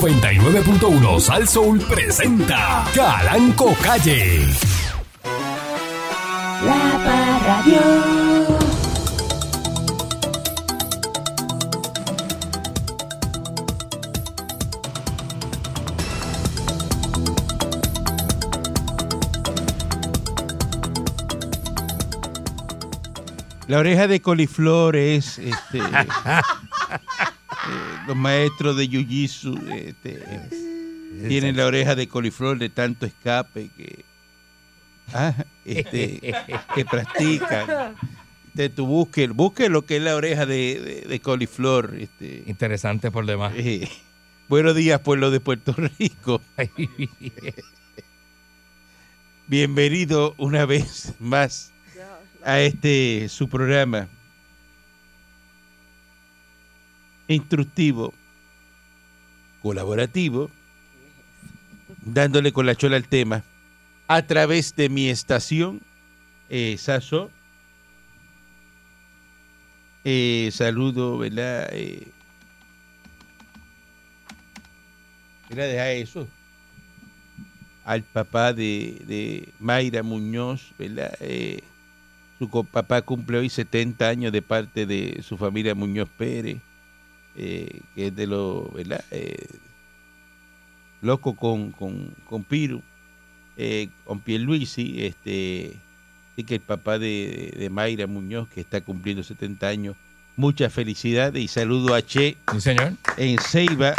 99.1 Sal Soul presenta Calanco Calle. La Parradio. La oreja de coliflor es este, eh, los maestros de jiu-jitsu este, tienen la oreja de coliflor de tanto escape que, ah, este, que practican. Te, tú busques, busque lo que es la oreja de, de- de coliflor. Este, Interesante por demás. eh, buenos días, pueblo de Puerto Rico. Bienvenido una vez más a este su programa instructivo, colaborativo, dándole con la chola al tema a través de mi estación eh, Saso. Eh, saludo, ¿verdad? Eh, mira, deja eso al papá de, de Mayra Muñoz, ¿verdad? Eh, su co- papá cumple hoy 70 años de parte de su familia Muñoz Pérez, eh, que es de los, ¿verdad? Eh, loco con, con, con Piru, eh, con Pierluisi, este, así que el papá de, de Mayra Muñoz, que está cumpliendo 70 años, muchas felicidades y saludo a Che Sí, señor. en Ceiba.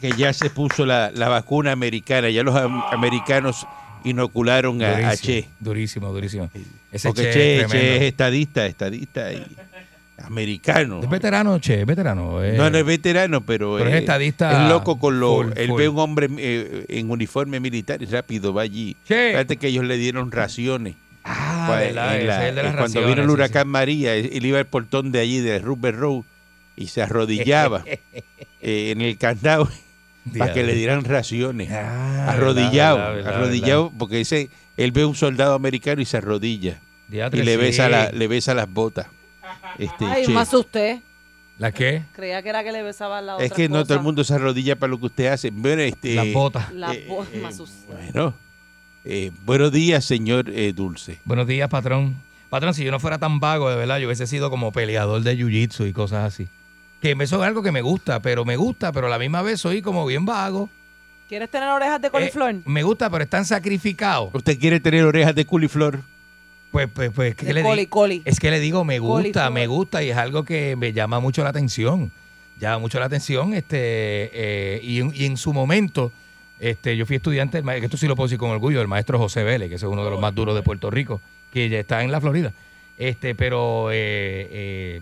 Que ya se puso la, la vacuna americana, ya los am- americanos inocularon a, a Che. durísimo, durísimo. Ese Porque Che, Che, es Che es este. tremendo. estadista, estadista y americano. Es veterano, Che, es veterano. eh. No, no es veterano, pero, eh, Pero es estadista es loco con lo. full, él full. ve un hombre eh, en uniforme militar y rápido va allí. Che. Fíjate que ellos le dieron raciones. Ah, Cua- verdad, Pues, en ese la- eh, es el de las cuando raciones, vino el sí, huracán María, él él iba al portón de allí, de Rupert Road, y se arrodillaba eh, en el candado sí. para que le dieran raciones. Ah, arrodillado, verdad, verdad, verdad, arrodillado, porque ese, él ve un soldado americano y se arrodilla. Diatre, y le sí. besa, la- le besa las botas. Este, Ay, che. me asusté. ¿La qué? Creía que era que le besaba la otra es que no cosa. todo el mundo se arrodilla para lo que usted hace. Bueno, este, Las botas. La eh, voz eh, me asusté. bueno, eh, buenos días, señor eh, Dulce. Buenos días, patrón. Patrón, si yo no fuera tan vago, de verdad, yo hubiese sido como peleador de jiu-jitsu y cosas así. Que eso es algo que me gusta, pero me gusta, pero a la misma vez soy como bien vago. ¿Quieres tener orejas de coliflor? Eh, me gusta, pero están sacrificados. ¿Usted quiere tener orejas de culiflor? Pues, pues, pues, ¿qué de le digo? coli, coli. Es que le digo, me gusta, Coliflor. me gusta y es algo que me llama mucho la atención. Llama mucho la atención, este, eh, y, en- y en su momento, este, yo fui estudiante, del ma- que esto sí lo puedo decir con orgullo, del maestro José Vélez, que ese es uno de los más duros de Puerto Rico, que ya está en la Florida. Este, pero eh, eh,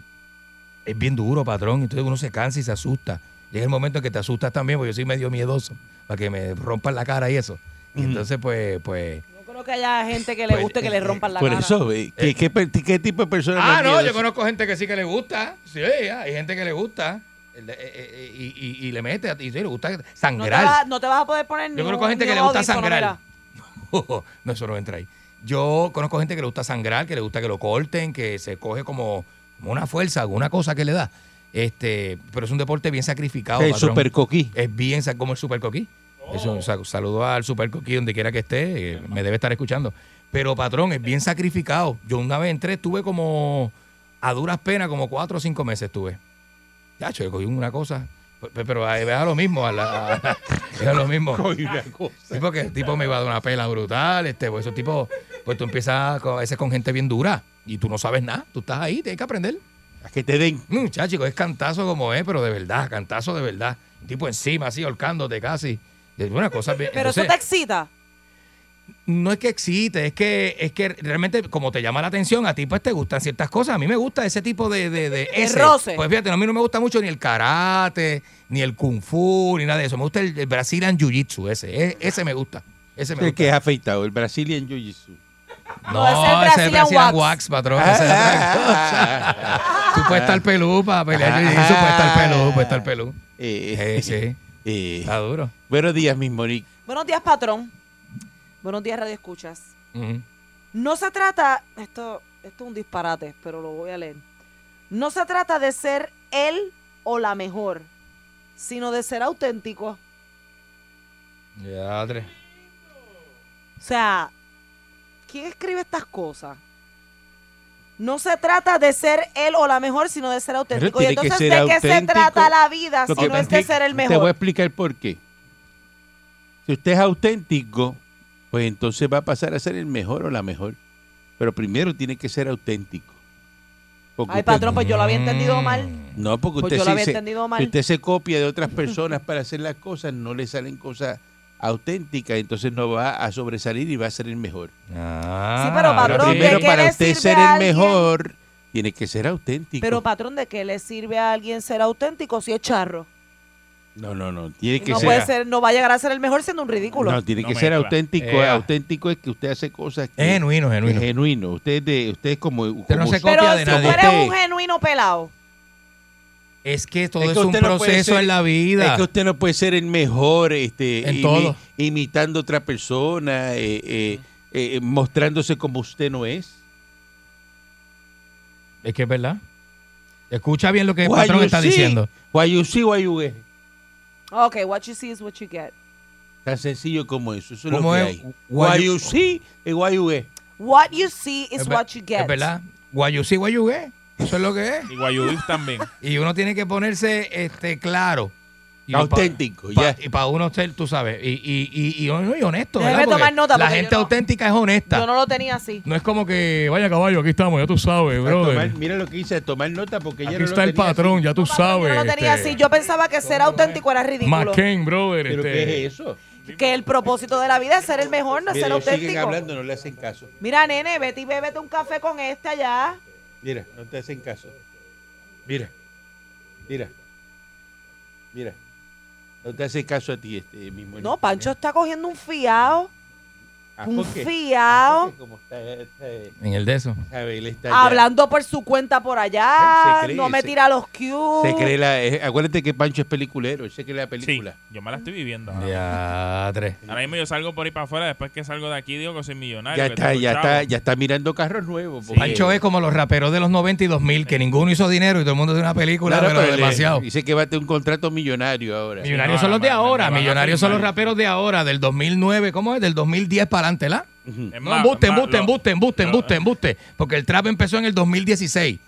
es bien duro, patrón. Entonces uno se cansa y se asusta. Llega el momento en que te asustas también, porque yo soy medio miedoso, para que me rompan la cara y eso. Y Ujú. entonces, pues, pues. No creo que haya gente que le Pues, guste que le rompan la Por cara. eso, eh, ¿qué, qué per- qué tipo de persona? Ah, le da no, miedo? yo conozco gente que sí que le gusta. Sí, hay gente que le gusta. El de- eh, eh, Y, y- y le mete, y sí, le gusta No te, sangrar. vas, no te vas a poder poner ni yo un- conozco gente ni un que le gusta audífono, sangrar. mira. no, eso no entra ahí. Yo conozco gente que le gusta sangrar, que le gusta que lo corten, que se coge como, como una fuerza, alguna cosa que le da. Este, pero es un deporte bien sacrificado. El patrón. super coquí. Es bien sa- como el Super Coquí. Eso, un sa- saludo al Super Coquí donde quiera que esté, eh, me debe estar escuchando. Pero patrón, es bien sacrificado. Yo una vez entré, estuve como a duras penas, como cuatro o cinco meses estuve. Ya, yo cogí una cosa. Pe- pe- Pero eh, es a lo mismo, a la- a la- es a lo mismo. Sí, porque el tipo me iba a dar una pela brutal, este, pues esos tipos, pues tú empiezas con- a veces con gente bien dura y tú no sabes nada, tú estás ahí, tienes que aprender. A que te den. Muchacho, es cantazo como es, pero de verdad, cantazo de verdad. Un Tipo encima, así, ahorcándote casi. Es una cosa bien. Pero eso te entonces, excita. No es que excite, es que, es que realmente, como te llama la atención, a ti pues te gustan ciertas cosas. A mí me gusta ese tipo de. de, de ese. roce. Pues fíjate, no, a mí no me gusta mucho ni el karate, ni el kung fu, ni nada de eso. Me gusta el, el Brazilian Jiu Jitsu, ese. E- Ese me gusta. Ese me El gusta. que es afeitado, el Brazilian Jiu-Jitsu. No, Ah, ese es el ese es el Brazilian Brazilian Wax, Wax. patrón. ese es otra Ah, cosa. Tú puedes estar pelú para pelear Jiu Jitsu, puedes estar pelú, puedes estar pelú. eh, Eh, sí, eh, está duro. buenos días, mis Monique. Buenos días, patrón. Buenos días, Radio Escuchas. Ujú. No se trata, esto, esto es un disparate, pero lo voy a leer. No se trata de ser él o la mejor, sino de ser auténtico. Ya, tres. O sea, ¿quién escribe estas cosas? No se trata de ser él o la mejor, sino de ser auténtico. Y tiene que entonces, ser ¿de qué se auténtico. trata la vida Lo si que este no es pasa de es ser el Te voy a mejor? explicar por qué. Si usted es auténtico, pues entonces va a pasar a ser el mejor o la mejor. Pero primero tiene que ser auténtico. Porque Ay, usted- patrón, pues yo lo había entendido mal. Mm. No, porque Pues usted, yo lo sí había se, entendido si mal. usted se copia de otras personas para hacer las cosas, no le salen cosas auténticas, entonces no va a sobresalir y va a ser el mejor. Ah, Sí, pero, ahora patrón, sí. ¿de primero, qué para le usted sirve ser a el alguien? mejor, tiene que ser auténtico. Pero, patrón, ¿de qué le sirve a alguien ser auténtico si es charro? no, no, no, tiene que No ser... puede ser, no va a llegar a ser el mejor siendo un ridículo. No, tiene No que me ser entra. auténtico. Ea. Auténtico es que usted hace cosas que Es Eh, ah. genuino, es que es genuino. genuino. Usted es de, usted es como, no como- se Pero copia si de tú nadie. eres un Usted- genuino pelado, Es que todo Es es, que un usted no puede proceso ser- en la vida. es que usted no puede ser el mejor, este, En todo. imitando a otra persona, eh, eh, eh, mostrándose como usted no es. Es que es verdad. Escucha bien lo que el Why patrón you está see? diciendo. Why you see, why you get. ok, what you see is what you get. Tan sencillo como eso. Eso es lo ¿Cómo que es? hay. Why Why you- you see, and why you get. What you see is Es ver- what you get. Es verdad. Guayusí, guayugué. Eso es lo que es. Y Guayubif también. Y uno tiene que ponerse este claro. Y pa- Auténtico, pa- ya. y para uno ser, tú sabes, y, y, y, y hon- y honesto. Déjame ¿verdad? Porque tomar nota, La porque yo gente no- auténtica es honesta. Yo No, no lo tenía así. es como que, vaya caballo, aquí estamos, ya tú sabes, A brother. tomar- mira lo que dice, a tomar nota porque ya Aquí no está lo el tenía así. patrón, ya tú No, papá, sabes. Yo no lo tenía este, así. Yo pensaba que ser auténtico era ridículo. McCain, brother. Pero este, ¿qué es eso? Que el propósito de la vida es ser el mejor, no es Mira, ser ellos siguen auténtico. hablando, no le hacen caso. Mira, nene, vete y bébete un café con este allá. Mira, no te hacen caso. Mira, mira, mira. No te hace caso a ti este mismo. No, Pancho está cogiendo un fiao. Ah, Un ¿por qué? fiao. Porque como está, está, eh, En el de eso. sabe, él está ya- Hablando por su cuenta por Él allá. se cree, no me se- tira los cues. Se cree la, eh, acuérdate que Pancho es peliculero, él se cree la película. Sí, yo me la estoy viviendo. Ah. ahora. Ya, tres. Ahora mismo yo salgo por ahí para afuera, después que salgo de aquí digo que soy millonario. Ya que está, tengo ya chavo. está, ya está mirando carros nuevos. porque- Pancho es como los raperos de los 90 y 2000, que ninguno hizo dinero y todo el mundo tiene una película, Claro, pero pero le- demasiado. Dice que va a tener un contrato millonario ahora. Millonarios No, son los de no, no, ahora, no, no, millonarios son no, los no, no. raperos de ahora, del 2009, ¿cómo es? Del 2010 para adelante, ¿la? Ujú. Es No, más, embuste, es más, embuste, lo- embuste, embuste, lo- embuste, embuste. Porque el trap empezó en el 2016.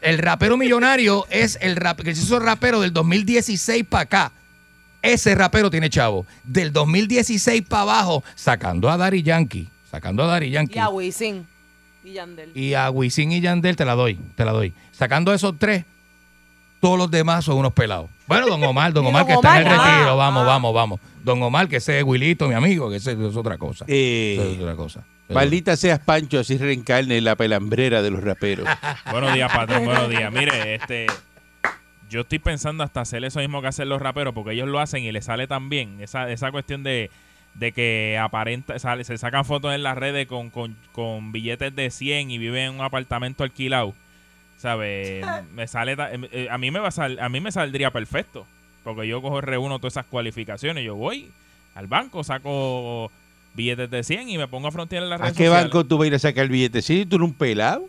El rapero millonario es el rap, que se hizo rapero del 2016 para acá. Ese rapero tiene chavo. Del 2016 para abajo, sacando a Dari Yankee. Sacando a Dari Yankee. Y a Wisin. Y Yandel. Y a Wisin y Yandel te la doy, te la doy. Sacando esos tres, todos los demás son unos pelados. Bueno, don Omar, don Y Omar don que está en el Omar, ah, retiro, vamos, ah. vamos, vamos. Don Omar, que ese es Wilito, mi amigo, que ese es otra cosa. Eso es Eh, otra cosa. maldita seas Pancho, así reencarne la pelambrera de los raperos. Buenos días, patrón, buenos días. Mire, este. Yo estoy pensando hasta hacer eso mismo que hacen los raperos, porque ellos lo hacen y les sale tan bien. Esa, esa cuestión de, de que aparenta, sale- se sacan fotos en las redes con, con, con billetes de 100 y viven en un apartamento alquilado. ¿Sabes? Me sale. ta- eh, eh, A mí me, va a, sal- a mí me saldría perfecto, porque yo cojo, reúno todas esas cualificaciones. Yo voy al banco, saco billetes de 100 y me pongo a frontear en las ¿A redes qué sociales. banco tú vas a ir a sacar el billete? ¿Sí? ¿Tú eres un pelado?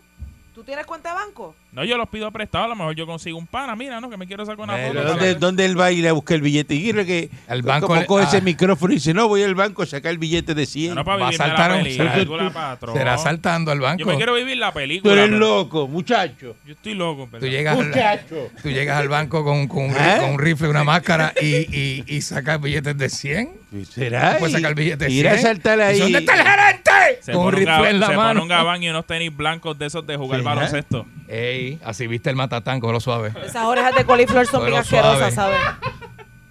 ¿Tú tienes cuenta de banco? No, yo los pido prestados, a lo mejor yo consigo un pana, mira, no, que me quiero sacar una Pero foto. Pero no, para ¿dónde, ver. dónde él va a ir a buscar el billete? Y creo que Al banco como le- coge ese ah. micrófono y dice, no, voy al banco a sacar el billete de 100. No, para Va a vivir saltar a la un- película, patrón. Será saltando al banco. Yo me quiero vivir la Tú película. eres pero- loco, muchacho. Yo estoy loco, en Tú ¿verdad? llegas, al, Muchacho. tú llegas al banco con, con un, ¿Eh? con un rifle, una máscara y, y, y sacas billetes de 100. ¿Será? Puedes sacar billetes de Ir 100. a saltar ahí. ¿Y ¿Dónde está el gerente? Se Con un pone un, rifle gab- en la se pone mano. ¿eh? un gabán y unos tenis blancos de esos de jugar Sí, baloncesto. Ey, así viste el matatán, con lo suave. Este Esas orejas de coliflor son bien Pero asquerosas, suave. ¿sabes?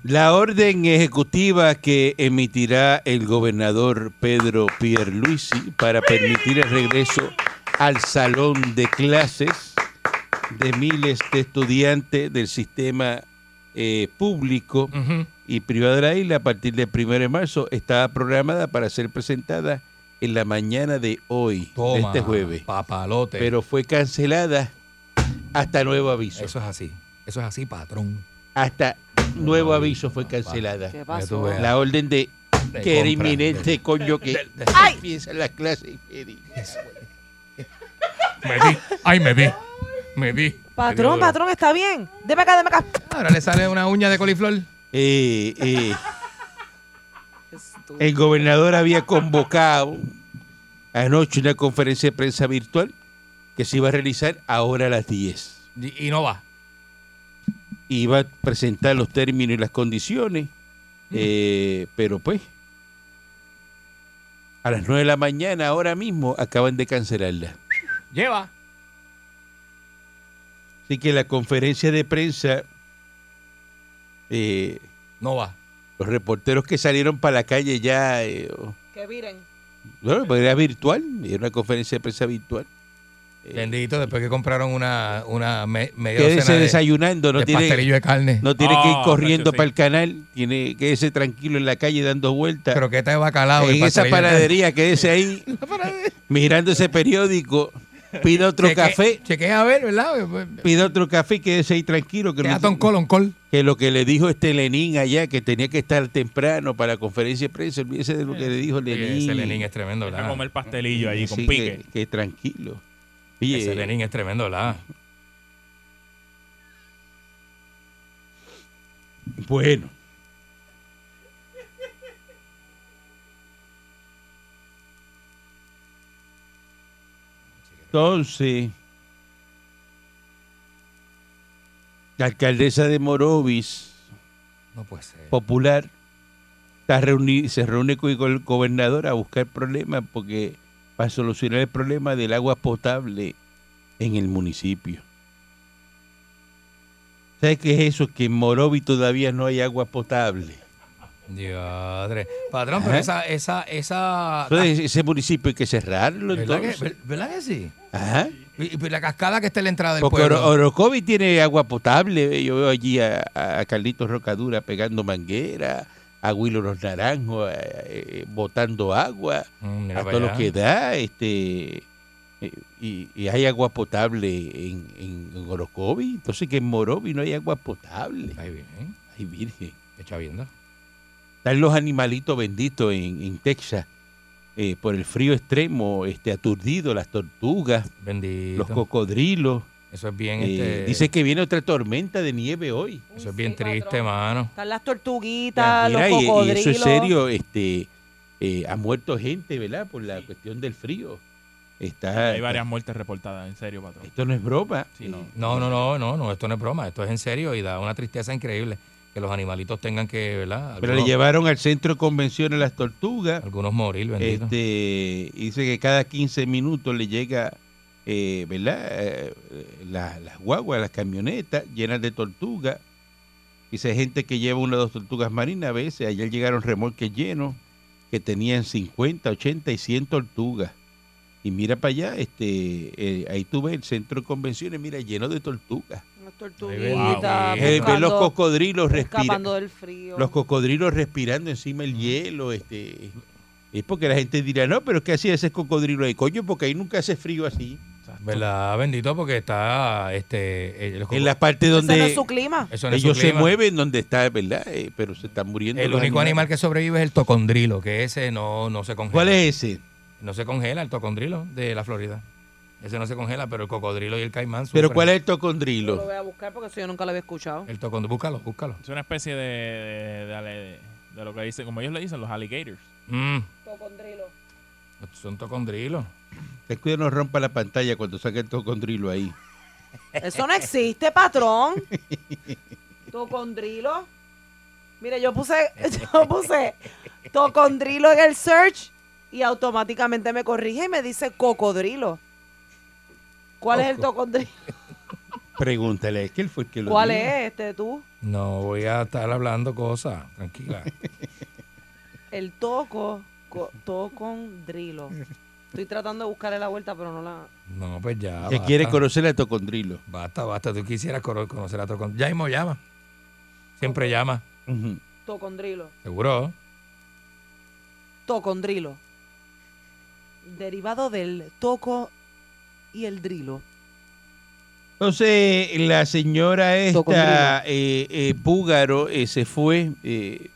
La orden ejecutiva que emitirá el gobernador Pedro Pierluisi para permitir el regreso al salón de clases de miles de estudiantes del sistema eh, público Ujú. y privada de la isla a partir del 1 de marzo está programada para ser presentada en la mañana de hoy, Toma, de este jueves, Papalote. pero fue cancelada hasta nuevo aviso. Eso es así. Eso es así, patrón. Hasta nuevo aviso fue cancelada. ¿Qué Ya tú pasó? veas. La orden de De que era compra. inminente, coño, que ¡Ay! empiezan las clases. Eddie. Me di. Ay, me di. me di. Patrón, Me di duro. patrón, está bien. Deme acá, deme acá. Ahora le sale una uña de coliflor. Eh, eh, el gobernador había convocado anoche una conferencia de prensa virtual que se iba a realizar ahora a las 10. Y, y no va. iba a presentar los términos y las condiciones, eh, pero pues a las 9 de la mañana ahora mismo acaban de cancelarla. Lleva. Así que la conferencia de prensa, eh, No va. los reporteros que salieron para la calle ya, eh, o- Que miren. bueno, pues era virtual, era una conferencia de prensa virtual. Eh, Bendito, después que compraron una, una me- media quédese docena de, desayunando, no de tiene, pastelillo de carne. no tiene que ir Ah, corriendo macho, sí. para el canal, tiene quédese tranquilo en la calle dando vueltas. Croqueta de bacalao. y en esa pastelillo de- panadería, quédese ahí mirando ese periódico, pida otro Cheque- café, Chequea a ver, ¿verdad? Pues, pida otro café y quédese ahí tranquilo. Que, Teatón no, col, on col. que lo que le dijo este Lenin allá, que tenía que estar temprano para la conferencia de prensa, olvídese de lo que le dijo Oye, Lenin. Ese Lenin es tremendo, Deja ¿verdad? comer pastelillo ahí con Así pique. que, que tranquilo. Ese Oye, Lenin es tremendo, ¿verdad? bueno. Entonces, la alcaldesa de Morovis, No puede ser. popular está reuni- se reúne con el gobernador a buscar problemas porque para solucionar el problema del agua potable en el municipio. ¿Sabes qué es eso? Que en Morovi todavía no hay agua potable. Diadre. Patrón, pero Ajá. esa, esa, esa. Entonces, ese municipio hay que cerrarlo Ah, ¿Verdad que, entonces. ver- ¿Verdad que sí? Ajá. Y, y la cascada que está en la entrada del Porque pueblo. Oro- Orocovi tiene agua potable. eh, Yo veo allí a, a Carlitos Rocadura pegando manguera, a Willow Los Naranjos eh, eh, botando agua. Mm, mira a pa' todo lo allá. que da, este eh, y, y hay agua potable en, en, en Orocovi, entonces que en Morovi no hay agua potable. Ahí bien. Ay, virgen. Qué chavienda. Están los animalitos benditos en, en Texas eh, por el frío extremo, este aturdido, las tortugas, Bendito. los cocodrilos. Eso es bien. Eh, este, Dice que viene otra tormenta de nieve hoy. Eso es bien Sí, triste, patrón. mano. Están las tortuguitas, Mira, los y- y, cocodrilos. eso es serio, este eh, ha muerto gente, ¿verdad? Por la cuestión del frío. Está, Hay varias muertes reportadas, en serio, patrón. Esto no es broma. Sí, no. No, no, no, no, no, esto no es broma, esto es en serio y da una tristeza increíble que los animalitos tengan que, ¿verdad? Pero le Algunos, llevaron al centro de convenciones las tortugas. algunos morir, bendito. Este, y dice que cada 15 minutos le llega, eh, ¿verdad? Eh, la- las guaguas, las camionetas llenas de tortugas. Dice gente que lleva una o dos tortugas marinas a veces. Ayer llegaron remolques llenos que tenían 50, 80 y 100 tortugas. Y mira para allá, este, eh, ahí tú ves el centro de convenciones, mira, lleno de tortugas. Las Wow. tortuguitas. Ahí Eh, ves los buscando- cocodrilos respirando. escapando del frío. Los cocodrilos respirando encima el hielo, este. Es porque la gente dirá, no, pero ¿qué hacía ese cocodrilo de coño? Porque ahí nunca hace frío así. ¿Verdad? Bendito porque está, este, eh, los En coco- la parte Ese no es donde su clima. eso no es su ellos se clima. mueven, donde está, ¿verdad? Eh, pero se están muriendo. El los único animal animales. que sobrevive es el tocondrilo, que ese no, no se congela. ¿Cuál es ese? No se congela el tocondrilo de la Florida. Ese no se congela, pero el cocodrilo y el caimán ¿Pero sufren. cuál es el Yo Lo tocondrilo? voy a buscar porque eso yo nunca lo había escuchado. El tocondrilo, búscalo, búscalo. Es una especie de, de, de- de- de lo que dicen, como ellos le dicen, los alligators. Mm, Cocodrilo. son tocondrilos. Te cuida, no rompa la pantalla cuando saque el tocondrilo ahí. Eso no existe, patrón. Tocondrilo. Mire, yo puse, yo puse tocondrilo en el search y automáticamente me corrige y me dice cocodrilo. ¿Cuál es el tocondrilo? Pregúntale, ¿es que él fue el que lo ¿Cuál dijo? es este tú? No voy a estar hablando cosas, tranquila. El toco, co- tocondrilo. Estoy tratando de buscarle la vuelta, pero no la. No, pues ya. Que basta. quiere conocer al tocondrilo. Basta, basta. Tú quisieras cono- conocer a otro. con- Ya mismo llama. Siempre llama. Ujú. Tocondrilo. Seguro. Tocondrilo. Derivado del toco y el drilo. Entonces, la señora esta, Tocondrilo. eh, eh, Púgaro, eh, se fue eh,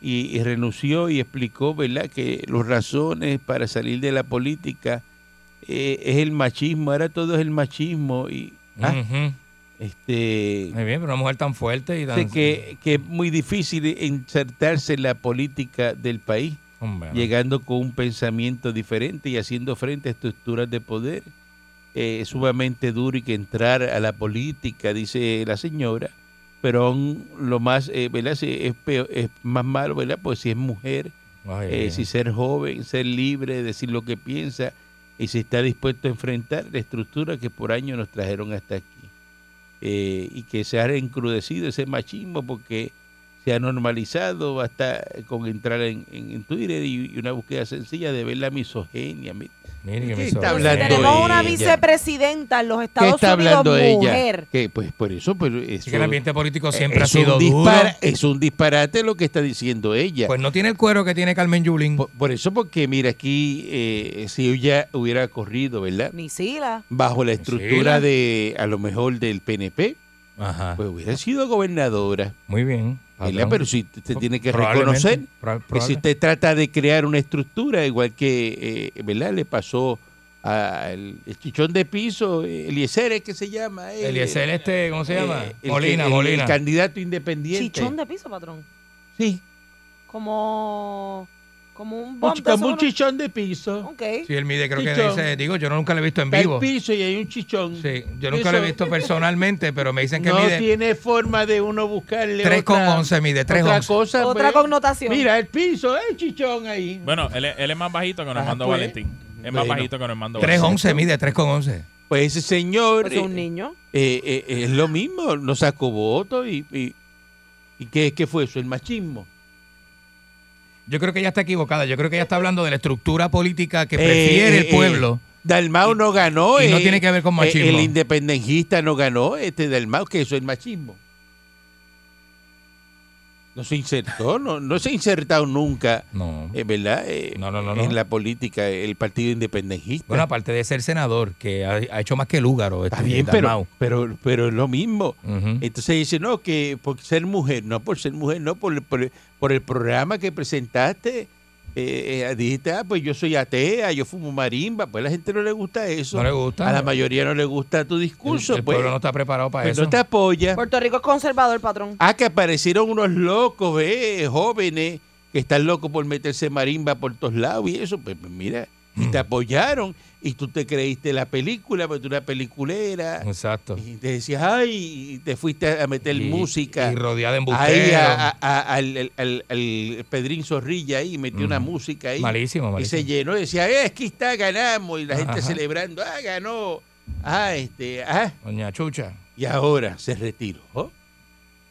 y, y renunció y explicó, ¿verdad?, que las razones para salir de la política eh, es el machismo, ahora todo es el machismo y, ¿ah? Ujú. Este, Muy bien, pero una mujer tan fuerte y tan. sé que, que es muy difícil insertarse en la política del país, Hombre, no. llegando con un pensamiento diferente y haciendo frente a estructuras de poder. Eh, es sumamente duro y que entrar a la política, dice la señora, pero aún lo más, eh, ¿verdad? Si Es, peor- es más malo, ¿verdad? Pues si es mujer, Ay, eh, si ser joven, ser libre, decir lo que piensa y si está dispuesto a enfrentar la estructura que por años nos trajeron hasta aquí. Eh, y que se ha encrudecido ese machismo porque se ha normalizado hasta con entrar en, en- en Twitter y, y una búsqueda sencilla de ver la misoginia. mi- mire que ¿qué me está sobra. hablando Tenemos una ella? vicepresidenta en los ¿Qué Estados está Unidos, hablando ella? mujer. Que, pues por eso, pues, eso- Así que el ambiente político es siempre ha sido un duro. dispara- es un disparate lo que está diciendo ella. Pues no tiene el cuero que tiene Carmen Yulín. Por, por eso, porque mira, aquí eh, si ella hubiera corrido, ¿verdad? Ni Sila. Bajo la la- estructura de, a lo mejor, del PNP, Ajá. pues hubiera sido gobernadora. Muy bien. ¿verdad? patrón. Pero si usted tiene que Probablemente, reconocer proba- que si probable. usted trata de crear una estructura, igual que, eh, ¿verdad? Le pasó al el chichón de piso, eh, Eliezer es que se llama. eh, Eliezer este, ¿cómo se eh, llama? el que- Molina, el- Molina. El candidato independiente. Chichón de piso, patrón. Sí, Como, como un un bump chi- de como un esos, chichón de piso. Ok. Sí, él mide, creo que Chichón. dice, digo, yo nunca lo he visto en Está el vivo. piso y hay un chichón. Sí, yo nunca lo he Eso- visto personalmente, pero me dicen que no mide tiene forma de uno buscarle 3,11 otra, mide, otra 3,11. cosa. Otra pues. connotación. Mira, el piso, el chichón ahí. Bueno, él, es- él es más bajito que Normando pues. Valentín. Es más Bueno. bajito que Normando 3,11 mide, 3,11. Pues ese señor Pues es un eh, niño. eh, eh, es lo mismo, no sacó votos y, y, y ¿qué, qué fue eso? El machismo. Yo creo que ella está equivocada. Yo creo que ella está hablando de la estructura política que Eh, prefiere el eh, pueblo. Dalmau no ganó. y no tiene que ver con eh, machismo. el independentista no ganó, este Dalmau, que eso es machismo. No se insertó, no, no se ha insertado nunca, No. eh, ¿verdad? Eh, No, no, no, no. en la política, el partido independentista. Bueno, aparte de ser senador, que ha, ha hecho más que Lúgaro. Está este, bien, Dalmau. pero, pero, pero es lo mismo. Ujú. Entonces dice, no, que por ser mujer, no por ser mujer, no, por, por, por el programa que presentaste. eh, eh, dijiste, ah, pues yo soy atea, yo fumo marimba. Pues a la gente no le gusta eso. No le gusta. A la mayoría no le gusta tu discurso. el, el pues, pueblo no está preparado para pues eso. no te apoya. Puerto Rico es conservador, patrón. Ah, que aparecieron unos locos, eh, jóvenes, que están locos por meterse marimba por todos lados y eso, pues pues, mira, y te apoyaron y tú te creíste la película, pero tú eras peliculera Exacto. y te decías, ay, y te fuiste a meter Y- música. Y rodeada Ahí de embusteros. a- a- a- al, al- al- al Pedrín Zorrilla ahí metió una Ujú. música ahí Mm. malísimo, y malísimo. se llenó y decía, eh, aquí está, ganamos y la gente Ajá. celebrando, ah, ganó, ah, este, ah, Doña Chucha. y ahora se retiró.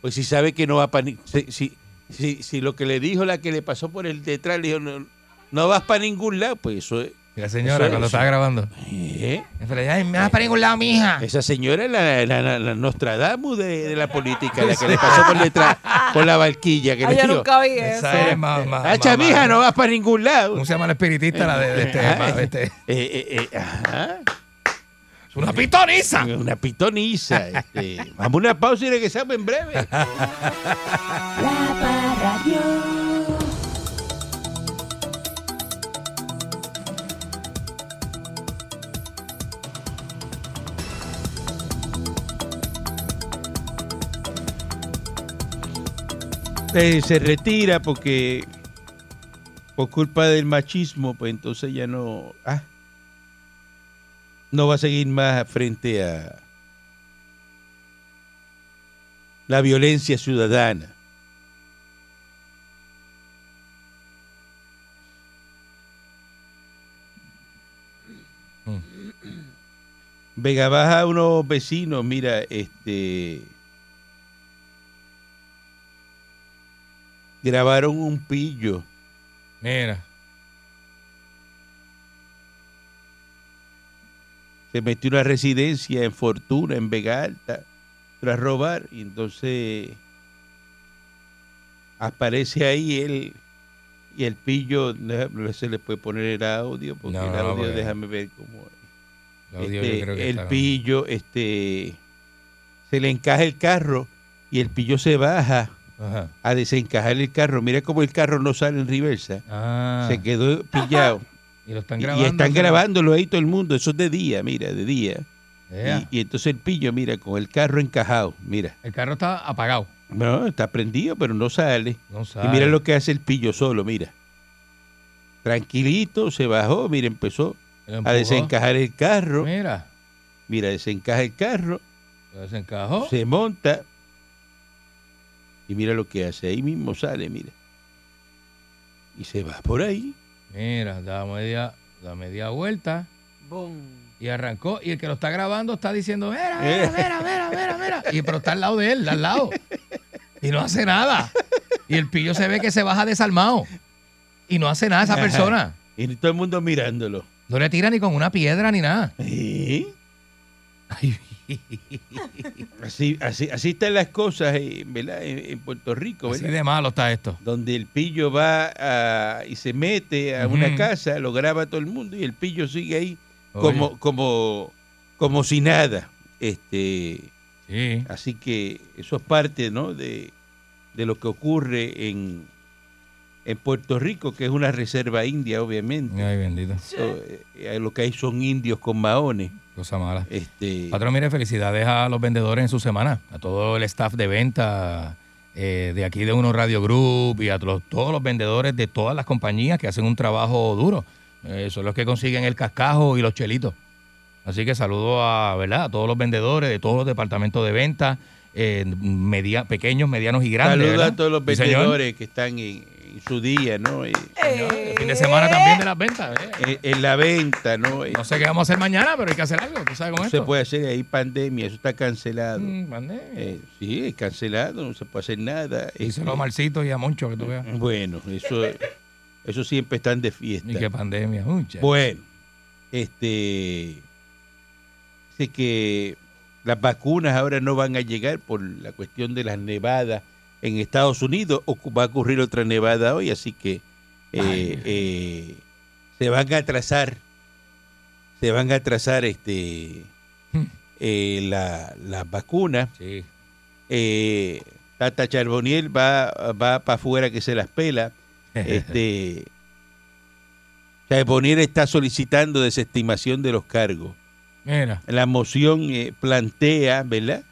Pues si sabe que no va para si, si, si, si lo que le dijo la que le pasó por el detrás le dijo no, no vas para ningún lado, pues eso es. La señora, Eso es- cuando estaba grabando. ¿eh? Me dice, "Ay, me vas para ningún lado, mija. Esa señora es la, la, la- la Nostradamus de, de la política, la que le pasó por detrás, por la barquilla que Ay, le Ah, yo dijo. nunca oí eso. Esa es más. más- Ah, más- chamija, más- no vas para ningún lado. ¿Cómo se llama la espiritista? La de, de este, Ajá. ma- este- Eh, eh, eh, ajá. Es una pitoniza. Una pitoniza. este. Vamos a una pausa y regresamos en breve. La Parradio. Eh, se retira porque por culpa del machismo, pues entonces ya no ah, no va a seguir más frente a la violencia ciudadana. Mm. Vega Baja, unos vecinos, mira, este grabaron un pillo Mira. se metió en una residencia en Fortuna, en Vega Alta, tras robar. Y entonces aparece ahí él y el pillo, no no se le puede poner el audio, porque No, el no, audio, porque- déjame ver cómo es. El audio Este, yo creo que el está- pillo, este, se le encaja el carro y el pillo se baja Ajá. a desencajar el carro. Mira cómo el carro no sale en reversa. Ah, Se quedó pillado. y lo están Y- grabando. y están ¿no? grabándolo ahí todo el mundo. Eso es de día, mira, de día. Ea, Y, y entonces el pillo, mira, con el carro encajado, mira. El carro está apagado. No, está prendido, pero no sale. No Y sabe. mira lo que hace el pillo solo, mira. Tranquilito, se bajó, mira, empezó Lo a empujó. desencajar el carro. Mira, Mira, desencaja el carro, lo desencajó. se monta. Y mira lo que hace, ahí mismo sale, mira. Y se va por ahí. Mira, da media, da media vuelta Boom. y arrancó. Y el que lo está grabando está diciendo, mira, Eh. mira, mira, mira, mira, mira. Y pero está al lado de él, al lado. Y no hace nada. Y el pillo se ve que se baja desarmado. Y no hace nada esa Ajá. persona. Y todo el mundo mirándolo. No le tira ni con una piedra ni nada. ¿Eh? Ay, Así, así, así están las cosas eh, ¿verdad? En, en Puerto Rico, así ¿verdad? de malo está esto. donde el pillo va a- y se mete a una Ujú. casa, lo graba todo el mundo y el pillo sigue ahí Oye, como, como, como si nada. Este, Sí. así que eso es parte ¿no? de, de lo que ocurre en, en Puerto Rico, que es una reserva india, obviamente. Ay, bendito. So, eh, lo que hay son indios con maones. Cosa mala. Este, Patrón, mire, felicidades a los vendedores en su semana, a todo el staff de venta eh, de aquí de Uno Radio Group y a los- todos los vendedores de todas las compañías que hacen un trabajo duro. Eh, son los que consiguen el cascajo y los chelitos. Así que saludo a, ¿verdad? a todos los vendedores de todos los departamentos de venta, eh, media- pequeños, medianos y grandes. saludos ¿verdad? a todos los Sí, señor. vendedores que están en, en su día, ¿no? Eh, Señor, el fin de semana también de las ventas. ¿eh? en, en la venta, ¿no? Eh, No sé qué vamos a hacer mañana, pero hay que hacer algo. ¿Tú sabes cómo No es se esto? puede hacer ahí pandemia, eso está cancelado. Mm, mandé. Eh, sí, es cancelado, no se puede hacer nada. Díselo a Este, Marcito y a Moncho que tú veas. bueno, eso, eso siempre están de fiesta. Y qué pandemia, mucha. Bueno, este dice que las vacunas ahora no van a llegar por la cuestión de las nevadas en Estados Unidos. Ocu- Va a ocurrir otra nevada hoy, así que eh, eh, se van a atrasar, se van a atrasar este Hmm. eh, la- las vacunas. Sí. Eh, Tata Charboniel va, va para afuera que se las pela. Este, Charboniel está solicitando desestimación de los cargos. Mira, La moción eh, plantea, ¿verdad?,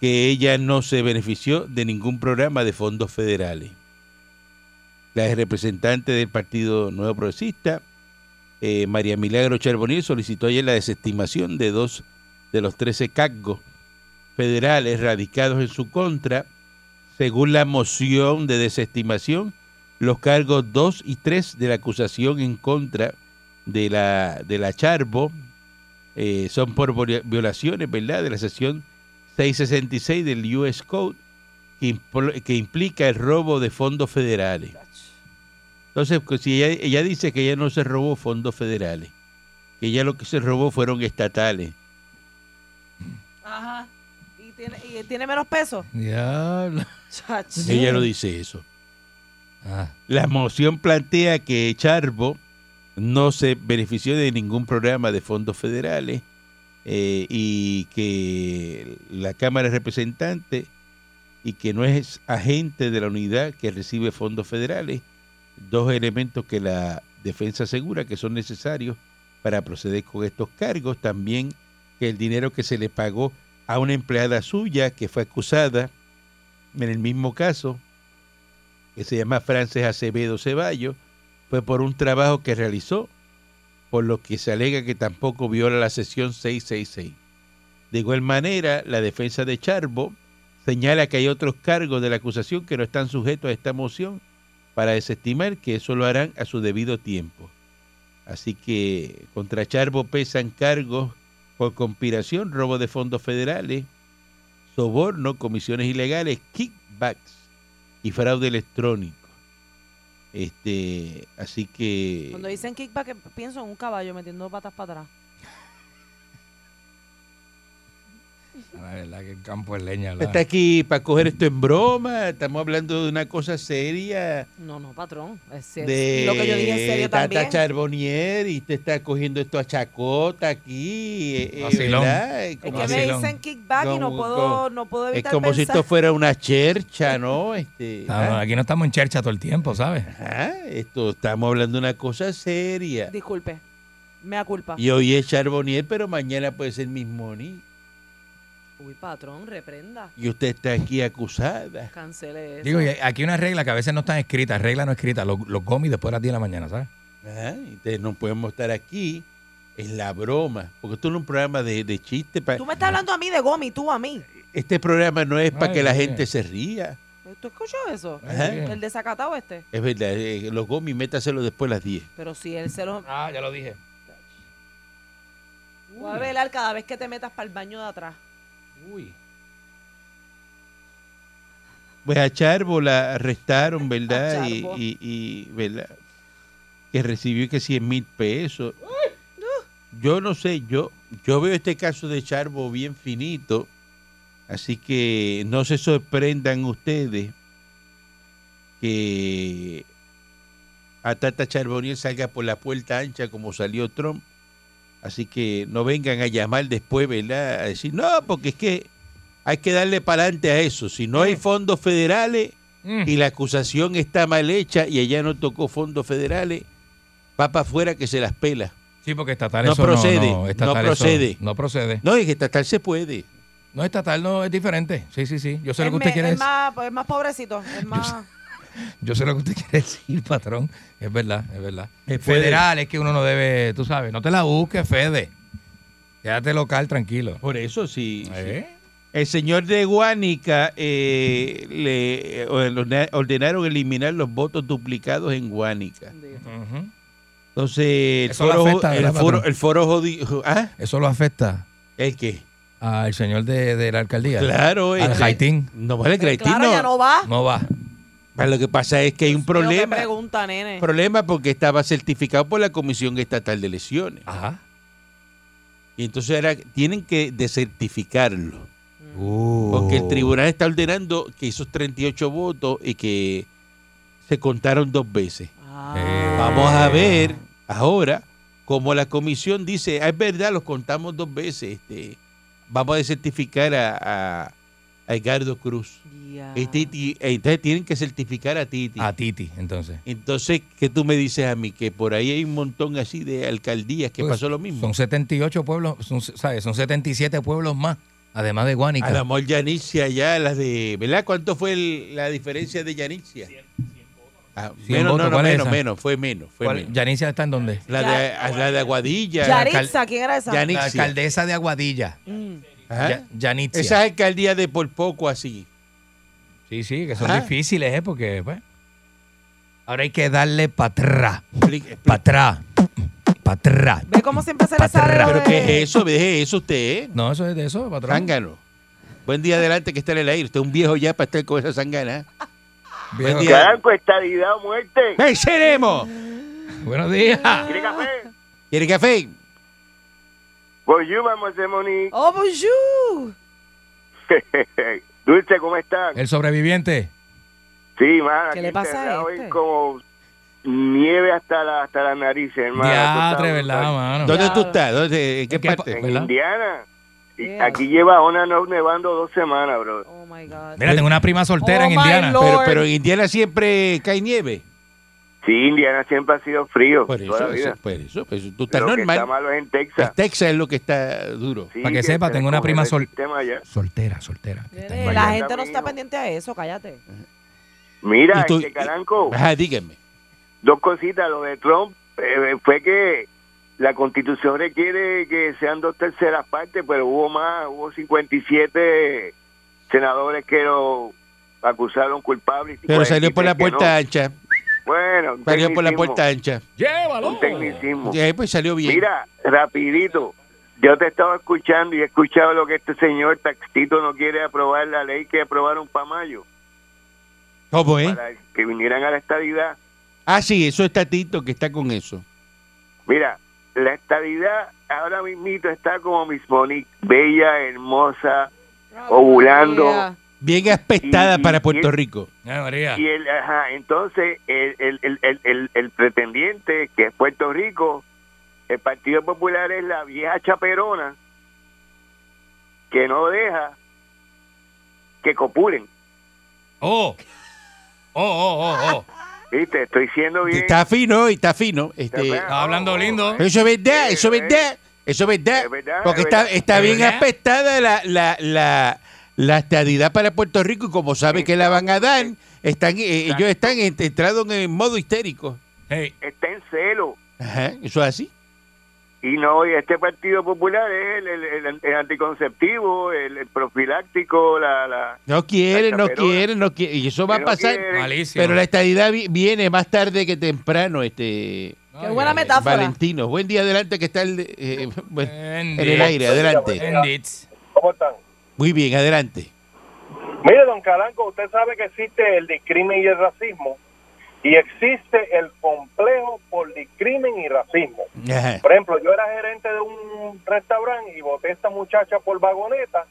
que ella no se benefició de ningún programa de fondos federales. La representante del Partido Nuevo Progresista, eh, María Milagro Charboniel, solicitó ayer la desestimación de dos de los 13 cargos federales radicados en su contra. Según la moción de desestimación, los cargos 2 y 3 de la acusación en contra de la, de la Charbo eh, son por viola- violaciones, ¿verdad?, de la sección 666 del US Code, que, impl- que implica el robo de fondos federales. Entonces, pues, si ella, ella dice que ella no se robó fondos federales, que ella lo que se robó fueron estatales. Ajá. Y tiene, y tiene menos peso. diablo. Chacho. Ella no dice eso. Ah, La moción plantea que Charbo no se benefició de ningún programa de fondos federales eh, y que la Cámara de Representantes y que no es agente de la unidad que recibe fondos federales, dos elementos que la defensa asegura que son necesarios para proceder con estos cargos, también que el dinero que se le pagó a una empleada suya que fue acusada en el mismo caso, que se llama Frances Acevedo Ceballos, fue por un trabajo que realizó, por lo que se alega que tampoco viola la sesión 666. De igual manera, la defensa de Charbo señala que hay otros cargos de la acusación que no están sujetos a esta moción para desestimar que eso lo harán a su debido tiempo. Así que contra Charbo pesan cargos por conspiración, robo de fondos federales, soborno, comisiones ilegales, kickbacks y fraude electrónico. Este, así que Cuando dicen kickback, pienso en un caballo metiendo patas para atrás. la verdad que el campo Este es leña. Está ¿verdad? aquí para coger esto en broma. Estamos hablando de una cosa seria. No, no, patrón. Es cierto. De Y lo que yo dije en serio Tata también. Charbonnier y te está cogiendo esto a chacota aquí. eh, eh, Vacilón. ¿verdad? Eh, Es como que si- me Vacilón. dicen kickback y no Como- puedo, no puedo es evitar como si pensar. esto fuera una chercha, ¿no? Este, Estamos- ah, aquí no estamos en chercha todo el tiempo, ¿sabes? ajá, esto, estamos hablando de una cosa seria. Disculpe. Mea culpa. Y hoy es Charbonnier, pero mañana puede ser Miss Moni. Uy, patrón, reprenda. Y usted está aquí acusada. Cancele eso. Digo, y aquí hay una regla que a veces no están escritas, regla no escrita, los, los gomis después de las 10 de la mañana, ¿sabes? Ajá, y ustedes ¿ah? no podemos estar aquí. Es la broma. Porque esto no es un programa de, de chiste. pa- Tú me estás hablando a mí de Gomi, tú a mí. Este programa no es para Ay, que la Dios gente mío. se ría. ¿Tú escuchas eso? Ajá. Bien. El desacatado este. Es verdad, eh, los gomis métaselo después a las 10. Pero si él se lo Ah, ya lo dije. va a velar cada vez que te metas para el baño de atrás. Uy. Pues a Charbo la arrestaron, ¿verdad? A Y, Charbo. y- y, ¿verdad? Que recibió que 100 mil pesos. Yo no sé, yo, yo veo este caso de Charbo bien finito, así que no se sorprendan ustedes que a Tata Charboniel salga por la puerta ancha como salió Trump. Así que no vengan a llamar después, ¿verdad? A decir, no, porque es que hay que darle para adelante a eso. Si Mm. no hay fondos federales y la acusación está mal hecha y ella no tocó fondos federales, va para afuera que se las pela. Sí, porque estatal No eso procede, no, estatal no eso procede. no procede. No, es que estatal se puede. No, estatal no es diferente. Sí, sí, sí. Yo sé lo Es que usted me- quiere es decir. más, es más pobrecito. Es más. Yo sé lo que usted quiere decir, patrón. Es verdad, es verdad. Se puede. Federal es que uno no debe, tú sabes, no te la busques, Fede. Quédate local, tranquilo. Por eso sí. sí. ¿Eh? El señor de Guánica eh, le ordena- ordenaron eliminar los votos duplicados en Guánica. Ujú. Entonces, el Eso lo foro, afecta, el ¿verdad, foro, patrón? el foro jodido. ¿Ah? Eso lo afecta ¿El qué? al señor de, de la alcaldía. Claro, Al este- Jaitín. No vale, Pero Cristina. claro, ya no va. No va. Lo que pasa es que hay un Pero problema. qué pregunta, nene. problema porque estaba certificado por la Comisión Estatal de Elecciones. Ajá. Y entonces era, tienen que desertificarlo. Uh. Porque el tribunal está ordenando que esos 38 votos y que se contaron dos veces. Ah. Vamos a ver ahora, como la comisión dice, "Ah, es verdad, los contamos dos veces, este, vamos a desertificar a, a, a Edgardo Cruz. Este, Ya. Y Titi- entonces tienen que certificar a Titi. A Titi, entonces. Entonces, ¿qué tú me dices a mí? Que por ahí hay un montón así de alcaldías que Pues, pasó lo mismo. Son 78 pueblos, son, ¿sabes? Son 77 pueblos más, además de A la Guánica. mejor Yanitzia ya, las de... ¿Verdad? ¿Cuánto fue el- la diferencia de Yanitzia? Ah, Cien menos, votos, no, no, ¿cuál es menos, esa? menos, fue menos, fue ¿Cuál- menos. Yanicia está en dónde? La de, a- la de Aguadilla. la Yaritza, alcal- ¿quién era esa? Yanitza. La Yanitzia. alcaldesa de Aguadilla. ¿Eh? Mm. Ajá. Ya- Yanitzia. Esas alcaldías de por poco así. Sí, sí, que son Ajá. difíciles, ¿eh? Porque, pues. Ahora hay que darle para atrás. Expli- expli- Para atrás. Para atrás. Ve cómo siempre se le sale Patrón. lo ¿Pero de- qué es eso? Deje eso usted, ¿eh? No, eso es de eso, patrón. Zángano. Buen día adelante que está en el aire. Usted es un viejo ya para estar con esa sangana. Viejo- Buen día. Caranco, estadidad, muerte. ¡Hey, seremos! Buenos días. ¿Quiere café? ¿Quiere café? Bonjour, mademoiselle Monique. Oh, bonjour. Dulce, ¿cómo están? El sobreviviente. Sí, Eh. mano. ¿Qué aquí le pasa a encerrado este? hoy como nieve hasta la, hasta las narices, hermano. Esto Diatre, está ¿verdad, brutal. mano? ¿Dónde Ya. tú estás? ¿Dónde- ¿En qué ¿En qué parte? pa- En ¿Verdad? Indiana. Y Yeah. Aquí lleva una no- nevando dos semanas, bro. Oh my God. Mira, tengo una prima soltera Oh, en my Indiana. Lord. Pero, pero en Indiana siempre cae nieve. Sí, Indiana siempre ha sido frío. Por toda eso, la vida. eso, por eso, por eso. Tú estás Lo que está normal. Este, malo es en Texas. Es Texas es lo que está duro. Sí, Pa' que sepa, se tengo una descongela prima el sol- sistema allá. Soltera, soltera. que está en La Miami. gente no está Camino. pendiente a eso, cállate. Mira, Y tú- este caranco. Ajá, dígame. dos cositas. Lo de Trump eh, fue que la constitución requiere que sean dos terceras partes, pero hubo más, hubo 57 senadores que lo acusaron culpable. y Pero salió por la 43 pues, que puerta ancha. no. Bueno, un Salió por la tecnicismo, puerta ancha. Un tecnicismo. Eh, pues salió bien. Mira, rapidito. Yo te estaba escuchando y he escuchado lo que este señor Taxito no quiere aprobar la ley que aprobaron para mayo, ¿Cómo es? para que vinieran a la estadidad. Ah, sí, eso está Tito que está con eso. Mira, la estabilidad ahora mismito está como Miss Monique, bella, hermosa, Ovulando. Mira. Bien aspectada Y- y- para Puerto y- Rico. Ay, María. y el, ajá, entonces el, el, el, el, el- el pretendiente, que es Puerto Rico, el Partido Popular es la vieja chaperona que no deja que copulen. Oh. Oh, oh, oh, oh. ¿Viste? Estoy siendo bien. Oh, Está fino y está fino. Este, Está Estaba hablando lindo. pero eso es verdad, eso es Sí, verdad, eso es verdad. Es verdad, Porque es está, verdad. está Es bien verdad. apestada la, la, la, la estadidad para Puerto Rico y como sabe que la van a dar, están, eh, ellos están ent- entrados en modo histérico. Hey, Está en celo. Ajá, eso es así. Y no, y este Partido Popular es el, el- el- el anticonceptivo, el, el profiláctico, la, la... No quieren, no chaperona. quieren, no quieren. Y eso va a que no pasar. quiere. malísimo. Pero la estadidad vi- viene más tarde que temprano, este Ay, Qué buena ay, metáfora. Valentino. Buen día adelante que está el, eh, bueno, En en el Dits. aire, adelante. En Dits. ¿Cómo están? Muy bien, adelante. Mire, don Calanco, usted sabe que existe el discrimen y el racismo y existe el complejo por discrimen y racismo. Ajá. Pues, Por ejemplo, yo era gerente de un restaurante y voté a esta muchacha por vagoneta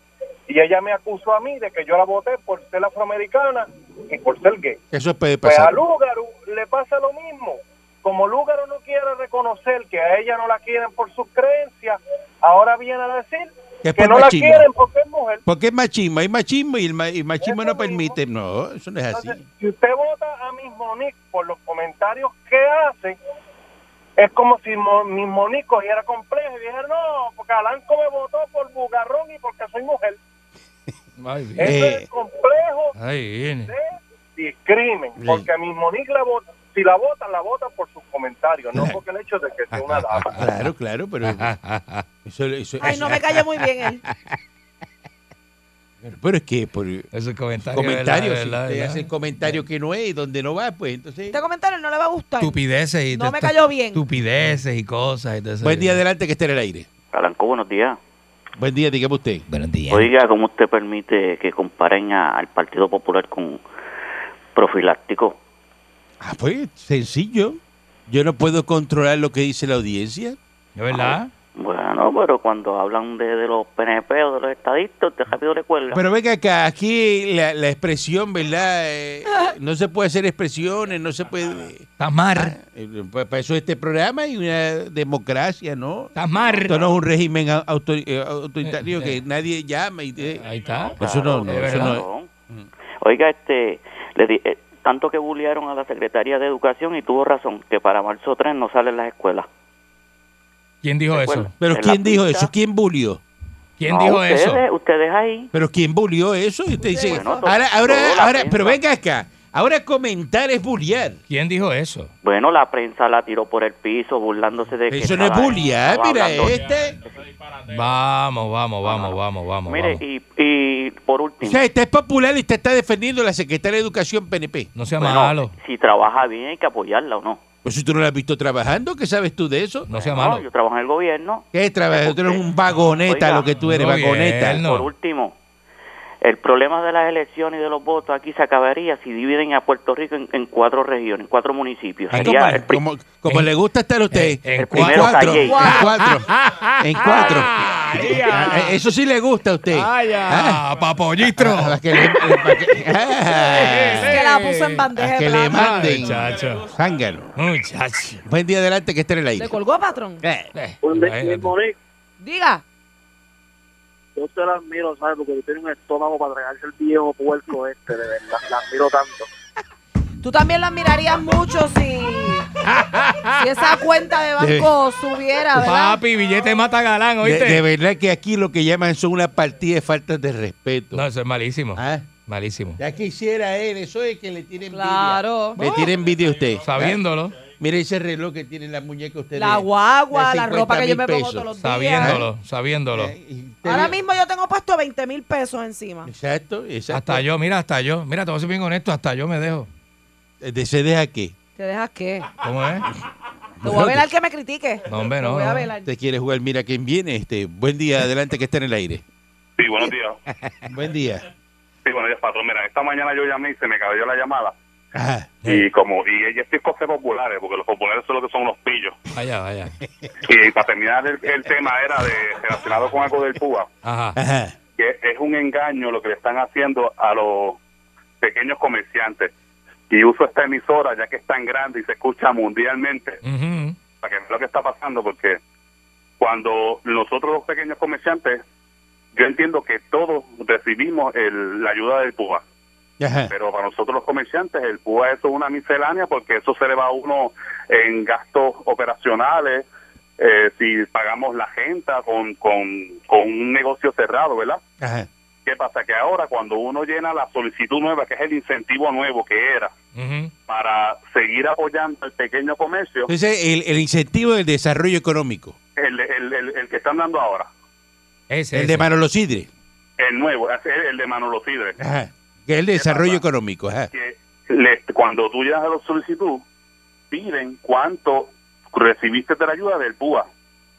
y ella me acusó a mí de que yo la voté por ser afroamericana y por ser gay. Eso puede Pues a pasar. Lúgaro le pasa lo mismo. Como Lúgaro no quiere reconocer que a ella no la quieren por sus creencias, ahora viene a decir Que es que por no la machismo. quieren porque es mujer. Porque es machismo, hay machismo y el, ma- y machismo Eso no permite. No, eso no es así. Entonces, si usted vota a Miss Monique por los comentarios que hace, es como si Mo- Miss Monique cogiera complejo y dijera, no, porque Alanco me votó por bugarrón y porque soy mujer. Ay, bien. Eso Eh. es el complejo Ay, bien. de discrimen, Sí. porque a Miss Monique la vota, si la vota, la vota por sus comentarios, no porque el hecho de que sea una dama. Claro, claro, pero eso, eso- Ay, no me cayó muy bien él. pero es que por Esos comentarios. comentarios, ¿verdad? si ¿verdad? usted ¿verdad? hace comentario que no es y donde no va, pues entonces. Este comentario no le va a gustar. Estupideces y No de- me cayó bien. Estupideces y cosas. y todo eso. Buen día adelante que esté en el aire. Calanco, buenos días. Buen día, dígame usted. Buenos días. Oiga, ¿cómo usted permite que comparen a- al Partido Popular con profiláctico? Ah, pues sencillo. Yo no puedo controlar lo que dice la audiencia. ¿Es verdad? Bueno, pero cuando hablan de, de los PNP o de los estadistas, usted rápido le cuelga. Pero venga acá, aquí la, la expresión, ¿verdad? Eh, no se puede hacer expresiones, no se puede... eh, Estás mar. Para eso este programa y una democracia, ¿no? Estás mar. Esto no es un régimen au- auto- eh, autoritario Eh, que eh. nadie llama y... eh. Ahí Ah. está. Eso no, no, es eso verdad. no. Oiga, este, le di- eh, tanto que bullearon a la Secretaría de Educación y tuvo razón, que para marzo 3 no salen las escuelas. ¿Quién dijo eso? Recuerda. Pero en la ¿quién dijo pista. eso? ¿Quién bulió? ¿Quién No, dijo Ah, ustedes, eso? Ustedes ahí. ¿Pero quién bulió eso? Y usted dice, Bueno, to- ahora, ahora, toda la ahora, prensa. pero venga acá, ahora comentar es bullear. ¿Quién dijo eso? Bueno, la prensa la tiró por el piso burlándose de que... Eso no es estaba- bullear, estaba mira, hablando- este... Vamos, vamos, vamos, vamos, vamos. Mire, vamos. y, y por O último... sea, este es popular y te está defendiendo la secretaria de Educación PNP. No sea Bueno, malo. Si trabaja bien hay que apoyarla o no. Pues si tú no la has visto trabajando, ¿qué sabes tú de eso? No sea Bueno, malo. Yo trabajo en el gobierno. ¿Qué es trabajar? Tú eres un vagoneta Oiga. lo que tú eres, Muy bien. vagoneta. No. Por último, el problema de las elecciones y de los votos aquí se acabaría si dividen a Puerto Rico en, en cuatro regiones, en cuatro municipios. Ay, Sería compadre, el pri- Como, como En- le gusta estar a usted. en- en En primero cuatro. Calle. En cuatro. En cuatro. Ah, Eso sí le gusta a usted. ¡Ah, papollistro! Ah, para que le- para que- Es ah, que la puso en bandeja para que de le plata. manden. Muchacho. Zángano. Muchacho. Buen día adelante que esté en el aire. ¿Le colgó, patrón? Eh, Diga. Yo te la admiro, ¿sabes? Porque tú tienes un estómago para tragarse el viejo puerco este, de verdad. La admiro tanto. Tú también la mirarías mucho si, si esa cuenta de banco subiera, ¿verdad? Papi, billete mata galán, De, ¿oíste? de verdad que aquí lo que llaman son una partida de faltas de respeto. No, eso es malísimo. Ah, Malísimo. Ya quisiera él, eso es que le tiene envidia. Claro. Le tiene envidia a usted. Sabiéndolo, Ah, Mire ese reloj que tiene la muñeca usted. La de- guagua, de la ropa que yo me 50.000 pongo todos los días. sabiéndolo, sabiéndolo. Eh, y usted Ahora le- mismo yo tengo puesto 20 mil pesos encima. Exacto, exacto. Hasta yo, mira, hasta yo. Mira, te voy a ser bien honesto, hasta yo me dejo. Eh, ¿De se deja qué? ¿Te dejas qué? ¿Cómo es? Ah, Te voy a velar que me critique. No, hombre, no, Te voy a no. velar. Usted quiere jugar, mira quién viene. Este, buen día, adelante que está en el aire. Sí, buenos días. Buen día. Sí, buenos días, patrón. Mira, esta mañana yo llamé y se me cayó la llamada. Ajá. Y como, y yo estoy cosas populares, porque los populares son los que son unos pillos. Vaya, vaya. Y para terminar, el, el tema era de, relacionado con algo del Cuba, Ajá. Ajá. que es un engaño lo que le están haciendo a los pequeños comerciantes. Y uso esta emisora, ya que es tan grande y se escucha mundialmente, Ujú. para que vean lo que está pasando, porque cuando nosotros los pequeños comerciantes, yo entiendo que todos recibimos el- la ayuda del Cuba. Ajá. Pero para nosotros los comerciantes, el PUA eso es una miscelánea porque eso se le va a uno en gastos operacionales, eh, si pagamos la gente con, con, con un negocio cerrado, ¿verdad? Ajá. ¿Qué pasa? Que ahora cuando uno llena la solicitud nueva, que es el incentivo nuevo que era para seguir apoyando el pequeño comercio, Entonces, el, el incentivo del desarrollo económico, el, el, el, el que están dando ahora, Ese, el ese. de Manolo Sidre, el nuevo, es el el de Manolo Sidre, ajá, que es el desarrollo económico. Ajá. que le- cuando tú llenas la solicitud, piden cuánto recibiste de la ayuda del PUA.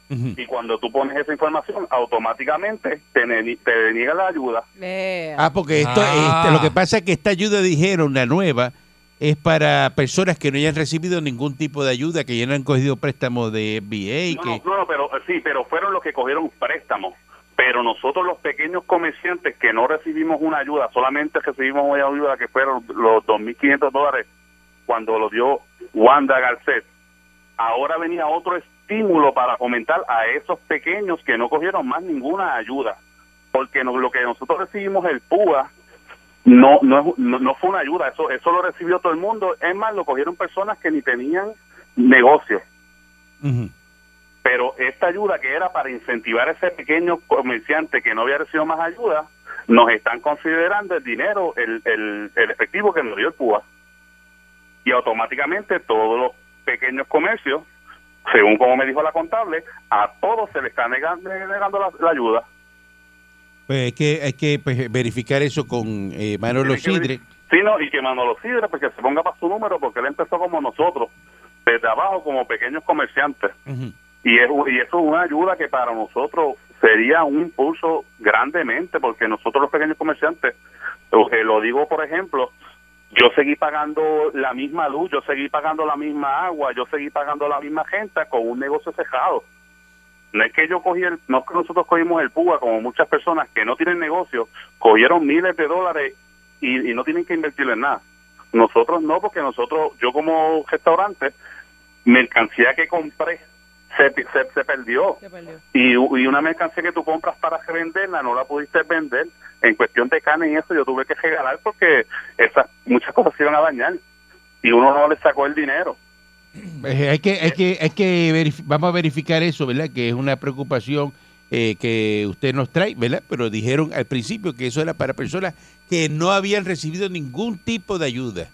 Ujú. Y cuando tú pones esa información, automáticamente te, ne- te deniega la ayuda. Eh, Ah, porque esto, Ah. este, lo que pasa es que esta ayuda, dijeron, la nueva, es para personas que no hayan recibido ningún tipo de ayuda, que ya no han cogido préstamos de BA, No, que... no, no, pero eh, sí, pero fueron los que cogieron préstamos. Pero nosotros los pequeños comerciantes que no recibimos una ayuda, solamente recibimos una ayuda que fueron los 2.500 dólares cuando lo dio Wanda Garcet. Ahora venía otro estímulo para fomentar a esos pequeños que no cogieron más ninguna ayuda. Porque no- lo que nosotros recibimos el PUA no, no, es- no, no fue una ayuda, eso, eso lo recibió todo el mundo. Es más, lo cogieron personas que ni tenían negocios Ujú. pero esta ayuda que era para incentivar a ese pequeño comerciante que no había recibido más ayuda, nos están considerando el dinero, el, el, el efectivo que nos dio el PUA. Y automáticamente todos los pequeños comercios, según como me dijo la contable, a todos se le está negando, negando la, la ayuda. Pues hay que, hay que pues, verificar eso con eh, Manolo Tiene que Sidre. ver- Sí, no, y que Manolo Sidre, porque se ponga para su número, porque él empezó como nosotros, desde abajo como pequeños comerciantes. Ujú. Y, es, y eso es una ayuda que para nosotros sería un impulso grandemente, porque nosotros los pequeños comerciantes, lo que lo digo por ejemplo, yo seguí pagando la misma luz, yo seguí pagando la misma agua, yo seguí pagando la misma gente con un negocio cerrado. No es que yo cogí el, no es que nosotros cogimos el PUA, como muchas personas que no tienen negocio, cogieron miles de dólares y, y no tienen que invertirlo en nada. Nosotros no, porque nosotros, yo como restaurante, mercancía que compré se, pi- se, se perdió. se perdió. Y, u- y una mercancía que tú compras para venderla no la pudiste vender. En cuestión de carne y eso, yo tuve que regalar porque esas muchas cosas se iban a dañar. Y uno no le sacó el dinero. Eh, hay que, hay que, hay que verif- vamos a verificar eso, ¿verdad? Que es una preocupación eh, que usted nos trae, ¿verdad? Pero dijeron al principio que eso era para personas que no habían recibido ningún tipo de ayuda.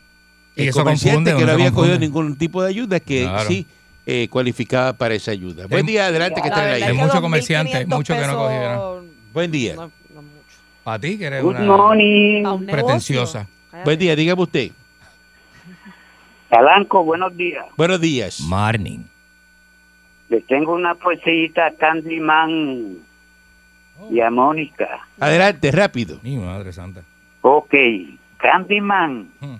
Y El eso comerciante confunde, que uno no se había confunde. cogido ningún tipo de ayuda, que Claro. Em, sí eh, cualificaba para esa ayuda. Buen Hay- día, adelante que La están verdad ahí. es que mucho 2.500 comerciante, mucho que no pesos, cogieron. Buen día. no, no mucho. Para ti, que eres Good una morning. Pa' un negocio. pretenciosa. Cállate. Buen día, dígame usted. Calanco, buenos días. Buenos días. Morning. Les tengo una poesita a Candyman y a Mónica. Adelante, rápido. Mi madre santa. Ok, Candyman, Hmm.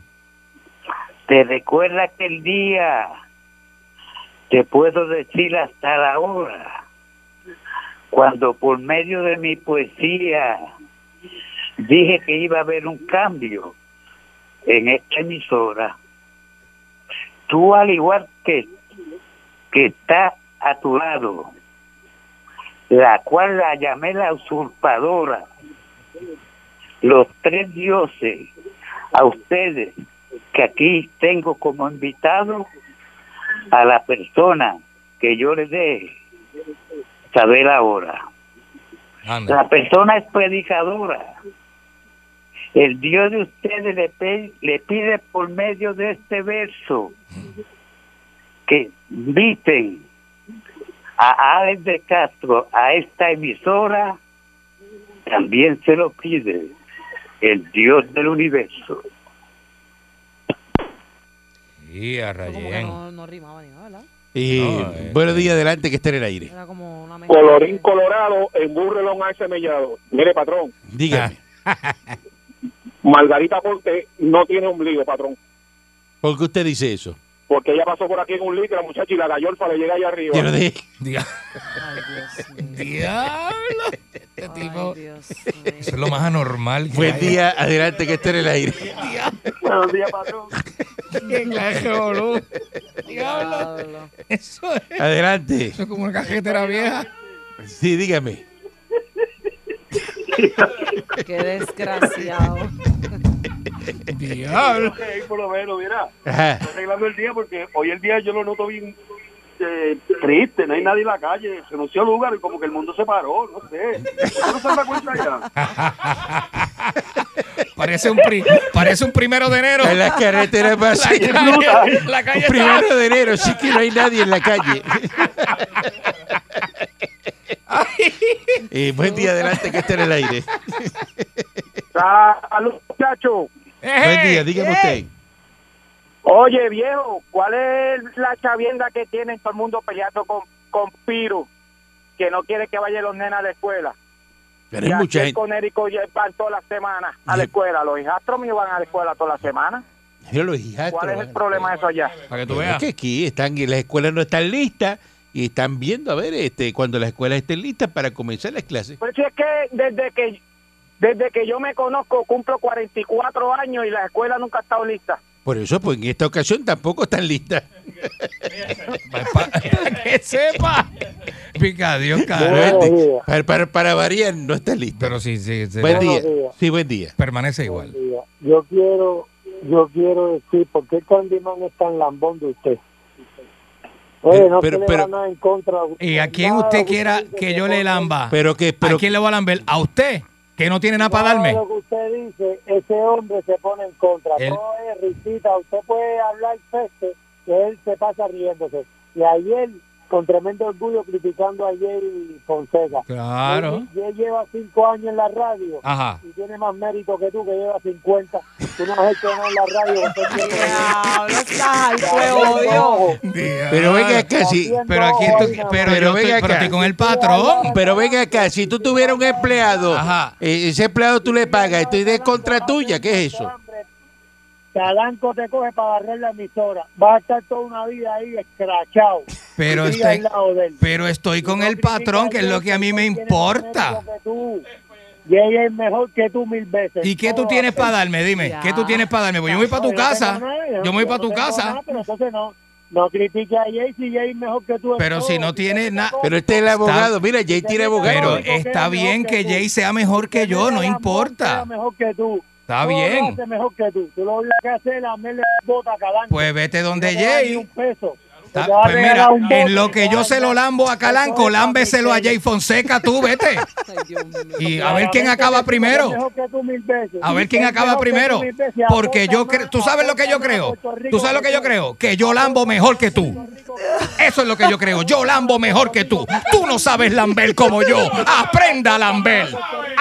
te recuerda aquel día, te puedo decir hasta la hora, cuando por medio de mi poesía dije que iba a haber un cambio en esta emisora. Tú al igual que, que está a tu lado, la cual la llamé la usurpadora, los tres dioses, a ustedes, que aquí tengo como invitado a la persona que yo les dé saber ahora. Anda. La persona es predicadora. El Dios de ustedes le, pe- le pide por medio de este verso que inviten a Alex de Castro a esta emisora. También se lo pide el Dios del universo. Y a Eso como que Rayén. no, no rimaba ni nada, ¿verdad? Eh, No, eh, buenos días, adelante que está en el aire. Era como una mezcla Colorín de- colorado, en burrelón a ese mellado. Mire, patrón, Dígame. Ah. Margarita Cortés no tiene ombligo, patrón. ¿Por qué usted dice eso? Porque ella pasó por aquí en un litro, la muchacha, y la gallolfa le llega allá arriba. Yo no dije- Dia- Ay, Dios mío. Diablo. Este tipo. Ay, Dios Eso mío. es lo más anormal que Buen hay. día, adelante que esté en el aire. Buenos días, patrón. En la jebolu. Diablo. Diablo. Eso es, Adelante. eso es como una cajetera vieja. Sí, dígame. Qué desgraciado. Diablo. Ok, por lo menos, mira. Ajá. Estoy arreglando el día porque hoy el día yo lo noto bien eh, triste. No hay nadie en la calle. Se anunció el lugar y como que el mundo se paró. No sé. ¿Usted no se da cuenta ya? Parece un, pri- parece un primero de enero. En las carreteras La pasa que calle- no- la calle un primero de enero, sí que no hay nadie en la calle. Eh, buen día, adelante, que esté en el aire. Salud, muchacho. Buen día, dígame usted. Oye, viejo, ¿cuál es la chavienda que tiene todo el mundo peleando con, con Piru? Que no quiere que vayan los nenas a la escuela. Pero hay mucha gente. Con Érico ya van todas las semanas a la escuela. Los hijastros míos van a la escuela todas las semanas. Yo los hijastros. ¿Cuál es el bueno. problema de eso allá? Para que tú Pero es veas. que aquí están, y las escuelas no están listas y están viendo a ver este cuando las escuelas estén listas para comenzar las clases. Pues si es que desde que desde que yo me conozco cumplo 44 años y la escuela nunca ha estado lista. Por eso, pues en esta ocasión tampoco están listas. Pa- Para que sepa. Pica Dios, Pero carajo. este, para, para, para variar, no están listas. Pero sí, sí, sí, Buen día. días. Sí, buen día. Permanece igual. Yo quiero, yo quiero decir, ¿por qué Candyman es tan lambón de usted? Oye, Pero- no pero- se le pero- va nada en contra. Eh, ¿Y a quién usted quiera que yo le lamba? Pero que, ¿A pero, quién le voy a lamber? ¿A usted? Que no tiene nada para darme. Lo que usted dice, ese hombre se pone en contra. Él- Todo es risita. Usted puede hablar peste, que él se pasa riéndose. Y ayer, con tremendo orgullo, criticando a Jerry Fonseca. Claro. Ah. Él, él lleva cinco años en la radio. Ajá. Y tiene más mérito que tú, que llevas 50. Tú no has hecho nada en la radio. Diablo, estás al fuego, Dios. pero venga acá, si, Pero aquí tú- pero, Pero yo ven estoy, acá. pero estoy con el patrón. pero venga acá, si tú tuvieras un empleado, Ajá. eh, ese empleado tú le pagas y tú de contra tuya, ¿qué es eso? Calanco te coge para barrer la emisora. Vas a estar toda una vida ahí escrachado. Pero Y estoy, al lado de él. pero estoy con No el patrón, que es lo que a mí me critica, importa. tiene mejor que tú. Y ella es mejor que tú mil veces. ¿Y qué tú No, tienes no, para darme? Dime, ¿qué tú tienes para darme? Pues yo me voy para yo tu no tengo casa. nada, Yo me voy para no tu tengo casa. nada, Pero entonces no. No critique a Jay si Jay es mejor que tú. en Pero todo, si no tiene nada- todo. Pero este es el abogado, mira, Jay tiene abogado. Pero Pero está que bien mejor que que tú. Jay sea mejor que yo, no Jay importa. sea mejor que tú. Está Todo lo bien. hace mejor que tú. Tú lo que haces es lamerle bota a Calanco. Pues vete donde No te va a dar ni un Jay. peso. Está- Te va a pues mira, regalar un bote, en lo te que va yo a se lo dar- lambo a Calanco, lámbeselo a Jay Fonseca, tú vete. Y a ver quién Claramente acaba que tú eres primero. mejor que tú mil veces. A ver quién Es acaba mejor que tú primero. mil veces. Porque yo Aporta creo, tú más, sabes lo que yo aporta más a creo. Puerto Rico Tú sabes lo que yo creo. Que yo lambo mejor que tú. Eso es lo que yo creo. Yo lambo mejor que tú. Tú no sabes lamber como yo. Aprenda a lamber.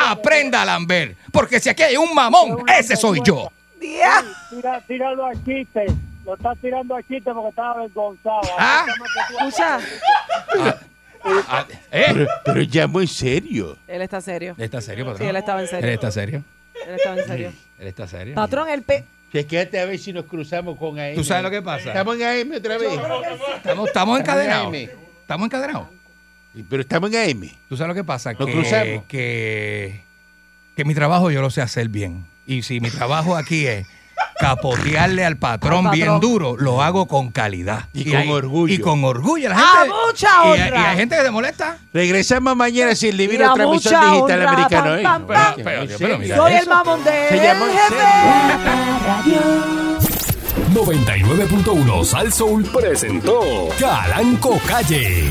Aprenda a lamber. Porque si aquí hay un mamón, ese soy yo. Diablo. Tira, tíralo a chiste. Lo estás tirando a chiste porque estás avergonzado. Ah. Aporta más que tú. Escucha, Ah, ¿Eh? Pero, pero ya muy serio. él está serio. ¿Está serio, Sí, él patrón? estaba en ¿Él serio. está serio? Él estaba en serio. ¿Él está serio? Patrón, el pe... Chequéate a ver si nos cruzamos con AM. ¿Tú sabes lo que pasa? Estamos en AM otra vez. Estamos, estamos Estamos encadenados. en Estamos encadenados. Sí, Pero estamos en AM. ¿Tú sabes lo que pasa? Nos que, cruzamos. Que, que mi trabajo yo lo sé hacer bien. Y si mi trabajo aquí es capotearle al patrón, Al patrón. bien duro, lo hago con calidad. Y con orgullo. Y con orgullo. La gente, ¡A Ah, mucha y, hay- y honra! hay gente que se molesta. Regresamos mañana sin vivir Mira, la transmisión mucha digital honra, americano. pam, ¿eh? pam, Bueno, pam. que Pero- muy pero serio. mira Soy el mamón de Se llamó en serio. La Parradio. 99.1 Sal Soul presentó Calanco Calle.